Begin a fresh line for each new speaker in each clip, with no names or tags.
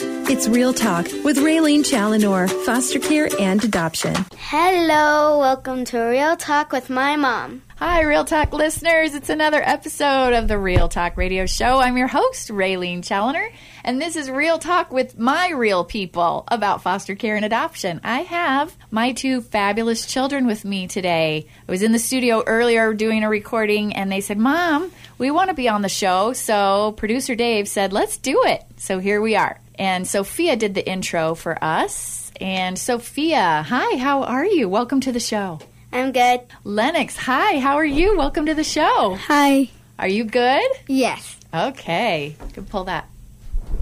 It's Real Talk with Raylene Challinor, foster care and adoption.
Hello, welcome to Real Talk with my mom.
Hi, Real Talk listeners. It's another episode of the Real Talk Radio Show. I'm your host, Raylene Challoner, and this is Real Talk with my real people about foster care and adoption. I have my two fabulous children with me today. I was in the studio earlier doing a recording, and they said, Mom, we want to be on the show. So producer Dave said, Let's do it. So here we are. And Sophia did the intro for us. And Sophia, hi, how are you? Welcome to the show.
I'm good.
Lennox, hi, how are you? Welcome to the show.
Hi.
Are you good?
Yes.
Okay, you can pull that.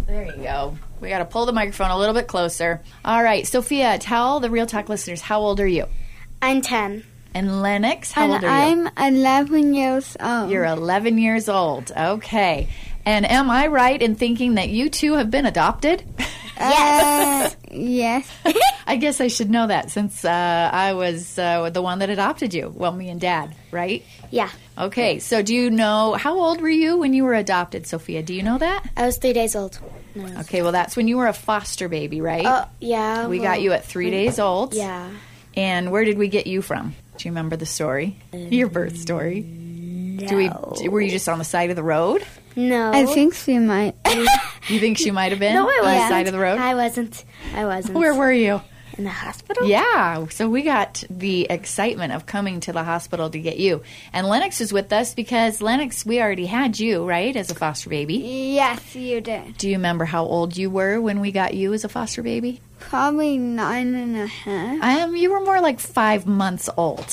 There you go. We got to pull the microphone a little bit closer. All right, Sophia, tell the Real Talk listeners how old are you?
I'm 10.
And Lennox, how old
And
are you?
I'm 11 years old.
You're 11 years old. Okay. And am I right in thinking that you two have been adopted?
Uh,
yes. yes.
I guess I should know that since uh, I was uh, the one that adopted you. Well, me and dad, right?
Yeah.
Okay, so do you know how old were you when you were adopted, Sophia? Do you know that?
I was three days old. No.
Okay, well, that's when you were a foster baby, right?
Oh, yeah.
we got you at three days old.
Yeah.
And where did we get you from? Do you remember the story?
Um,
Your birth story? Do we? do- Were you just on the side of the road?
No.
I think she might.
You think she might have been
no, I
on
wasn't.
the side of the road?
I wasn't. I wasn't.
where were you?
In the hospital?
Yeah, so we got the excitement of coming to the hospital to get you. And Lennox is with us because Lennox, we already had you, right, as a foster baby.
yes, you did.
Do you remember how old you were when we got you as a foster baby?
Probably nine and a half.
Um, you were more like five months old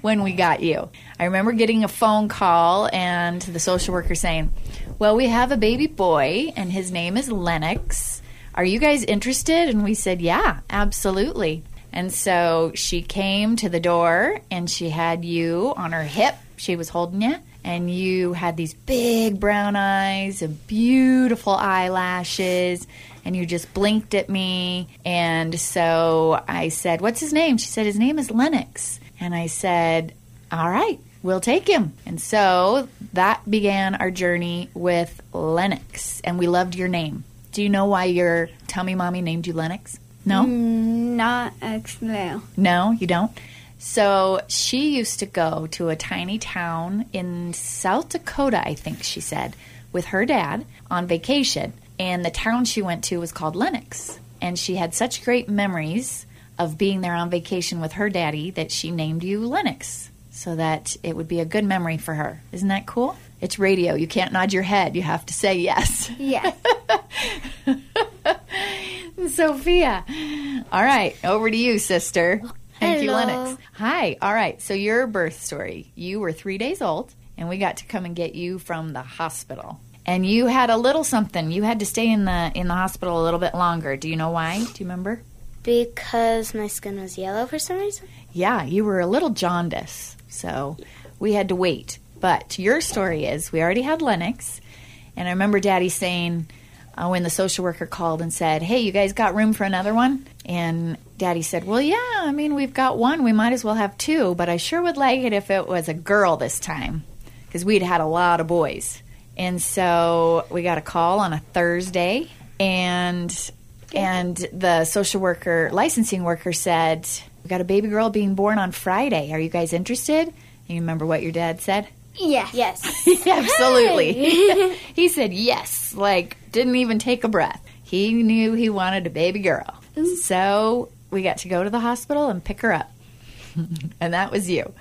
when we got you. I remember getting a phone call and the social worker saying, Well, we have a baby boy and his name is Lennox. Are you guys interested? And we said, Yeah, absolutely. And so she came to the door and she had you on her hip. She was holding you. And you had these big brown eyes and beautiful eyelashes and you just blinked at me. And so I said, What's his name? She said, His name is Lennox. And I said, All right, we'll take him. And so that began our journey with Lennox. And we loved your name. Do you know why your tummy mommy named you Lennox? No?
Not explain.
No, you don't? So she used to go to a tiny town in South Dakota, I think she said, with her dad on vacation. And the town she went to was called Lenox. And she had such great memories of being there on vacation with her daddy that she named you Lennox so that it would be a good memory for her. Isn't that cool? It's radio. You can't nod your head. You have to say yes.
Yes.
Sophia. All right, over to you, sister. Thank you,
Hello.
Lennox. Hi. All right, so your birth story. You were three days old, and we got to come and get you from the hospital. And you had a little something. You had to stay in the in the hospital a little bit longer. Do you know why? Do you remember?
Because my skin was yellow for some reason.
Yeah, you were a little jaundice, so we had to wait. But your story is we already had Lennox, and I remember Daddy saying uh, when the social worker called and said, "Hey, you guys got room for another one?" And Daddy said, "Well, yeah. I mean, we've got one. We might as well have two. But I sure would like it if it was a girl this time, because we'd had a lot of boys." And so we got a call on a Thursday, and and the social worker, licensing worker said, We got a baby girl being born on Friday. Are you guys interested? And you remember what your dad said?
yes.
Yes.
Absolutely. he said yes, like didn't even take a breath. He knew he wanted a baby girl. So we got to go to the hospital and pick her up. and that was you.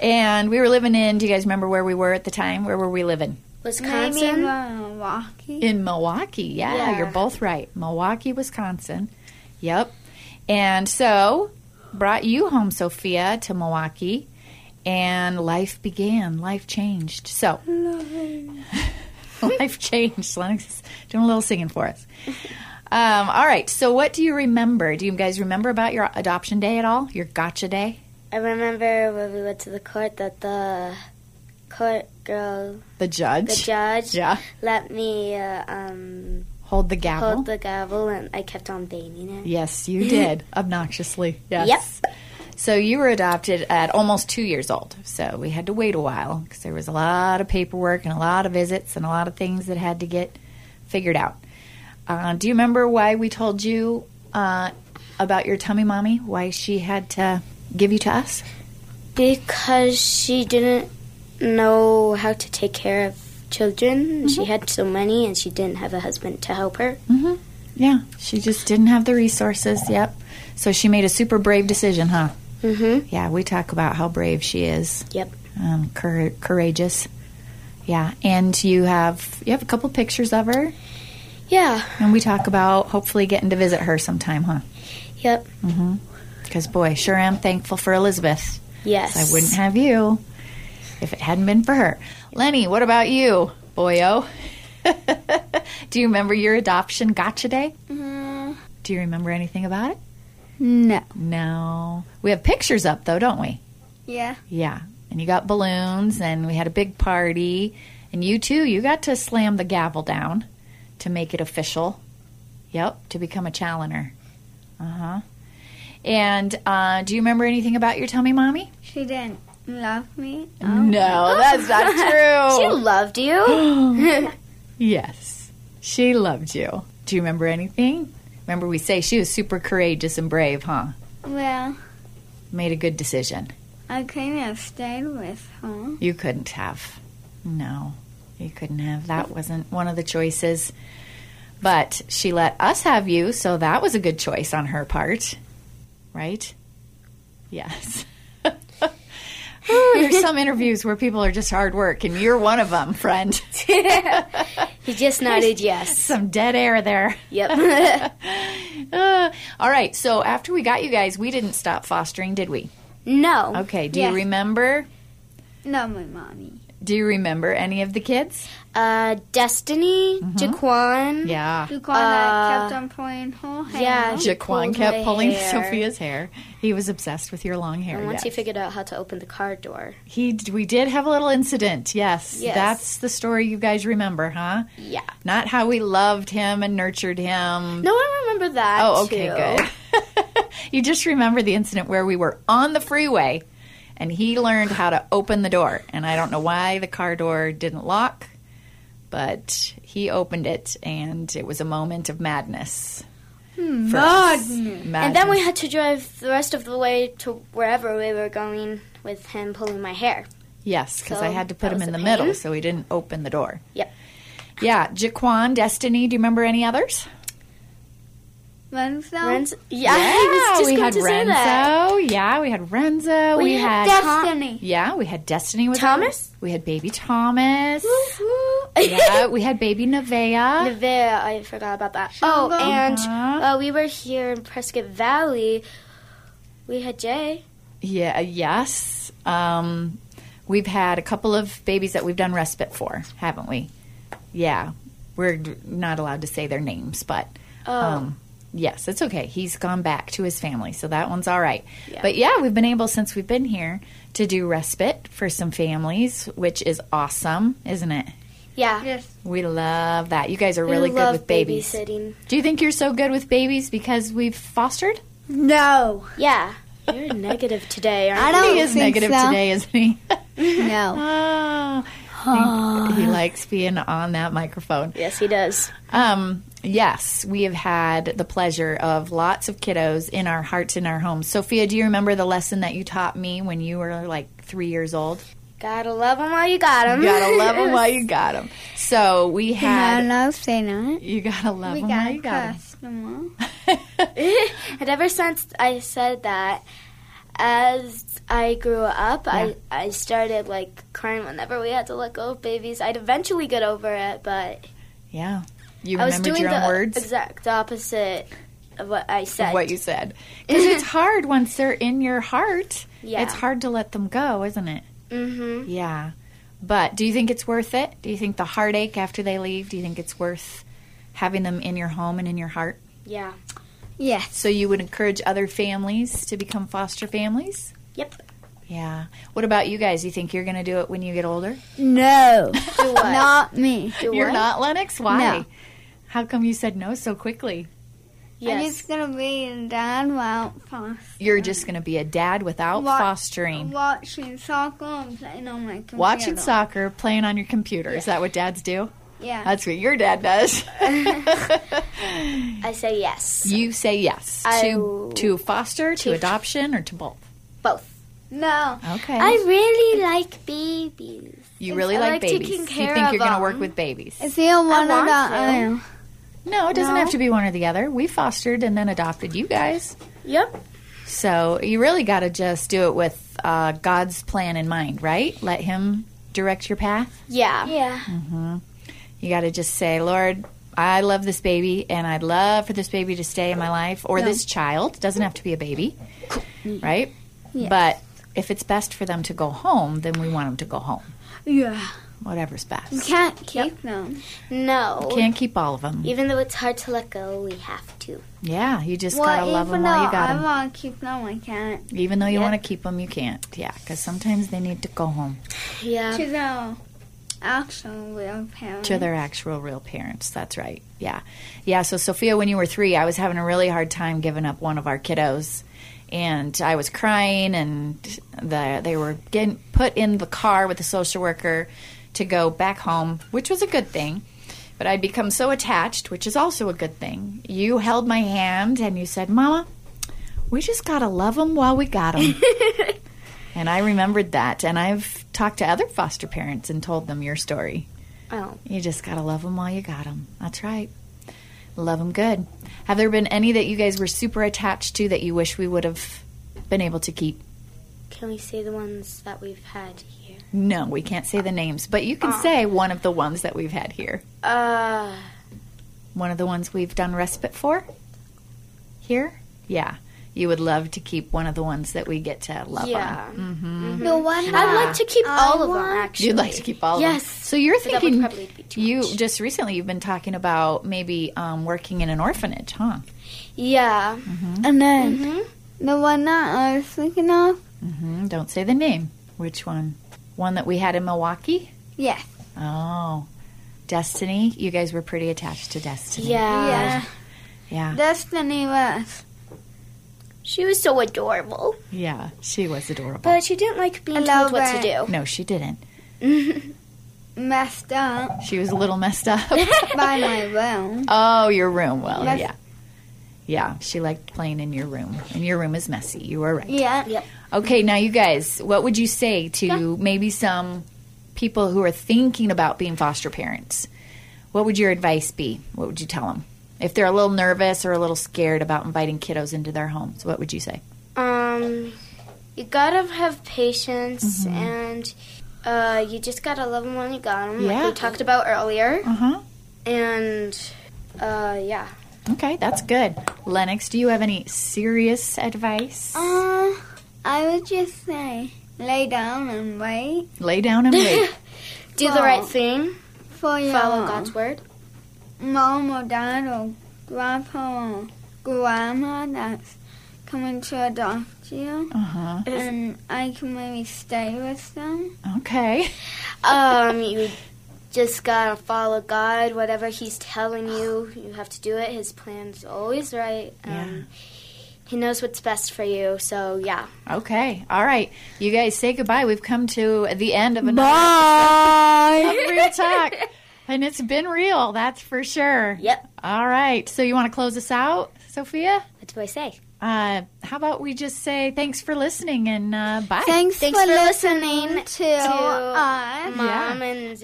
And we were living in, do you guys remember where we were at the time? Where were we living?
Maybe
Wisconsin.
Milwaukee.
In Milwaukee, yeah,
Yeah.
you're both right. Milwaukee, Wisconsin. Yep. And so brought you home, Sophia, to Milwaukee, and life began. Life changed. So life changed. Lennox is doing a little singing for us. Um, all right. So what do you remember? Do you guys remember about your adoption day at all? Your gotcha day?
I remember when we went to the court that the court girl,
The judge.
the judge,
Yeah.
let me uh, um,
Hold the gavel.
hold the gavel, and I kept on banging it.
Yes, you did. Obnoxiously. Yes. Yep. So you were adopted at almost two years old. So we had to wait a while because there was a lot of paperwork and a lot of visits and a lot of things that had to get figured out. Uh, do you remember why we told you uh, about your tummy mommy? Why she had to give you to us?
Because she didn't know how to take care of children. She
Mm-hmm.
had so many and she didn't have a husband to help her.
Yeah, she just didn't have the resources. Yep. So she made a super brave decision, huh?
Mm-hmm.
Yeah, we talk about how brave she is.
Yep.
Um, cour- courageous. Yeah, and you have you have a couple pictures of her,
Yeah.
and we talk about hopefully getting to visit her sometime, huh?
Yep.
Because boy, sure am thankful for Elizabeth.
Yes.
I wouldn't have you if it hadn't been for her. Lenny, what about you, boyo? Do you remember your adoption gotcha day? Do you remember anything about it?
No.
No. We have pictures up though, don't we?
Yeah.
Yeah. And you got balloons and we had a big party. And you too, you got to slam the gavel down to make it official. Yep, to become a challoner. Uh huh. And uh, do you remember anything about your tummy mommy?
She didn't love me.
No, that's not
Oh. She loved you.
yes, she loved you. Do you remember anything? Remember, we say she was super courageous and brave, huh?
Well,
Made a good decision.
I couldn't have stayed with her.
You couldn't have. No, you couldn't have. That wasn't one of the choices. But she let us have you, so that was a good choice on her part, right? Yes. Ooh, There's some interviews where people are just hard work, and you're one of them, friend.
he just nodded yes.
Some dead air there.
Yep.
Uh, all right. So after we got you guys, we didn't stop fostering, did we?
no.
Okay. Do
Yes.
you remember?
Not my mommy.
Do you remember any of the kids?
Uh, Destiny, Jaquan.
Mm-hmm. Yeah.
You call that kept on pulling her hair.
yeah. She
Jaquan
pulled
kept
my
pulling
hair.
Sophia's hair. He was obsessed with your long hair.
And once
yes.
he figured out how to open the car door.
He d- we did have a little incident. Yes.
Yes.
That's the story you guys remember, huh?
Yeah.
Not how we loved him and nurtured him.
No, I remember that.
Oh, okay,
too.
good. you just remember the incident where we were on the freeway and he learned how to open the door. And I don't know why the car door didn't lock, but he opened it and it was a moment of madness. for us. Madness.
Hmm. And then we had to drive the rest of the way to wherever we were going with him pulling my hair.
Yes, because
So
I had to put
that
him
was
in
a
the middle
pain.
so he didn't open the door.
Yep.
Yeah, Jaquan, Destiny, do you remember any others?
Renzo?
Renz- yeah, I was just
Oh. we
going
had
to
Renzo.
say that.
Yeah, we had Renzo. We, had,
Destiny.
Yeah, we had Destiny with
Thomas?
her. We had baby Thomas. yeah,
yeah.
we had baby Nevaeh.
Nevea, I forgot about that. Oh,
Shingo.
and
Uh-huh.
uh, we were here in Prescott Valley. We had Jay.
Yeah, yes. Um, we've had a couple of babies that we've done respite for, haven't we? Yeah, we're d- not allowed to say their names, but
Oh,
Um, yes, it's okay. He's gone back to his family, so that one's all right.
Yeah.
But yeah, we've been able since we've been here to do respite for some families, which is awesome, isn't it?
yeah.
Yes.
We love that. You guys are really
we
good
love
with babies.
babysitting.
Do you think you're so good with babies because we've fostered?
No.
Yeah. You're negative today, aren't
I don't
he is
think
negative
so.
today, isn't he?
No.
oh, he likes being on that microphone.
you? Yes, he does.
Um, yes, we have had the pleasure of lots of kiddos in our hearts in our homes. Sophia, do you remember the lesson that you taught me when you were like three years old?
Gotta love him while you got him.
You gotta love them while you got them. So we
I
had.
love saying that.
You gotta love
We
them
got
while
a
you got
customer.
them.
and ever since I said that, as I grew up,
Yeah.
I, I started like crying whenever we had to let go of babies. I'd eventually get over it, but
yeah. You
I was
remembered
doing
your own
the
words?
exact opposite of what I said.
of what you said. Because it's hard once they're in your heart.
Yeah.
It's hard to let them go, isn't it?
hmm
Yeah. But do you think it's worth it? Do you think the heartache after they leave, do you think it's worth having them in your home and in your heart?
Yeah.
Yes.
So you would encourage other families to become foster families?
Yep.
Yeah. What about you guys? You think you're going to do it when you get older?
No.
Do what?
Not me.
Do
You're
what?
not Lennox? Why?
No.
How come you said no so quickly?
I'm
Yes.
just gonna be in dad while fast.
You're just going to be a dad without
Wa-
fostering.
Watching soccer and playing on my computer.
Watching soccer, playing on your computer. Is that what dads do?
Yeah.
That's what your dad does.
I say yes.
You say yes
I
to
w-
to foster, to
to-
adoption, or to both.
Both.
No.
Okay.
I really like babies.
you really
I
like,
like
babies.
taking
You
care
think you're
of
going to work
them.
with babies?
Is he a one
want
or the
to.
other?
No, it doesn't
No.
have to be one or the other. We fostered and then adopted you guys.
Yep.
So you really got to just do it with uh, God's plan in mind, right? Let Him direct your path.
Yeah. Yeah.
You got to just say, Lord, I love this baby and I'd love for this baby to stay in my life or this child. Doesn't have to be a baby, right? But if it's best for them to go home, then we want them to go home.
Yeah.
Whatever's best.
Can't keep them.
No.
Can't keep all of them.
Even though it's hard to let go, we have to.
Yeah, you just gotta
Well,
love
even
them
uh, though
while you got
I
them.
want to keep them, I can't.
Even though you
Yeah.
want to keep them, you can't. Yeah, because sometimes they need to go home
Yeah.
To the actual real parents.
to their actual real parents. That's right. Yeah. Yeah, so Sophia, when you were three, I was having a really hard time giving up one of our kiddos. And I was crying, and the, they were getting put in the car with the social worker to go back home, which was a good thing. But I'd become so attached, which is also a good thing. You held my hand and you said, Mama, we just gotta love them while we got them. and I remembered that. And I've talked to other foster parents and told them your story.
Oh.
You just gotta love them while you got them. That's right. Love them good. Have there been any that you guys were super attached to that you wish we would have been able to keep?
Can we say the ones that we've had here?
No, we can't say the names, but you
Ah.
can say one of the ones that we've had here.
Uh.
One of the ones we've done respite for? Here? Yeah. You would love to keep one of the ones that we get to love
yeah. Mm-hmm.
on.
The one
I'd like to keep
I
all of them.
want-
Actually.
You'd like to keep all of
Yes.
them. So you're
But that would
thinking
probably be too
you
much.
just recently you've been talking about maybe um, working in an orphanage, huh?
Yeah.
And then the one that I was thinking of.
Mm, Don't say the name. Which one? One that we had in Milwaukee?
Yes.
Oh. Destiny. You guys were pretty attached to Destiny.
Yeah.
Yeah.
Yeah.
Destiny was.
She was so adorable,
Yeah. She was adorable.
but she didn't like being
Hello,
told what to
Brett.
do.
no, she didn't.
Messed up
She was a little messed up.
by my room.
oh, your room. Well,
Yes.
yeah. Yeah, she liked playing in your room. And your room is messy. You were right.
Yeah.
Yep.
Okay, now you guys, what would you say to maybe some people who are thinking about being foster parents? What would your advice be? What would you tell them? If they're a little nervous or a little scared about inviting kiddos into their homes, what would you say?
Um, you gotta have patience,
Mm-hmm.
and uh, you just gotta love them when you got them,
Yeah.
like we talked about earlier.
Uh huh.
And uh, yeah,
Okay, that's good. Lennox, do you have any serious advice?
Uh, I would just say lay down and wait
Lay down and wait.
do the right
Well,
thing,
for your
follow God's word.
mom or dad or grandpa or grandma that's coming to adopt you.
Uh huh.
And I can maybe stay with them.
Okay.
Um, you just gotta follow God. Whatever He's telling you, you have to do it. His plan's always right. Um, He knows what's best for you. So yeah.
Okay. All right. You guys say goodbye. We've come to the end of another Bye. real talk. And it's been real, that's for sure.
Yep.
All right. So you want to close us out, Sophia?
What do I say?
Uh, how about we just say thanks for listening and uh, bye.
Thanks,
Thanks
for,
for
listening,
listening
to,
to
us.
Mom and us.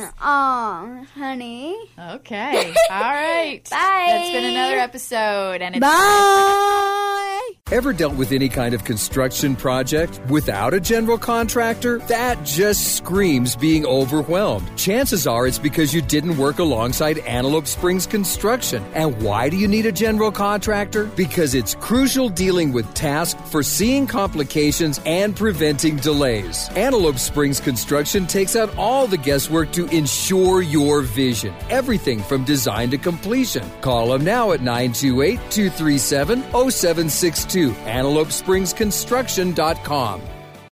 and um, honey.
okay. All right. bye. That's been another episode, and it's
Ever dealt with any kind of construction project without a general contractor? That just screams being overwhelmed. Chances are it's because you didn't work alongside Antelope Springs Construction. And why do you need a general contractor? Because it's crucial dealing with tasks, foreseeing complications, and preventing delays. Antelope Springs Construction takes out all the guesswork to ensure your vision. Everything from design to completion. Call them now at oh 928 237 0762, AntelopeSpringsConstruction.com.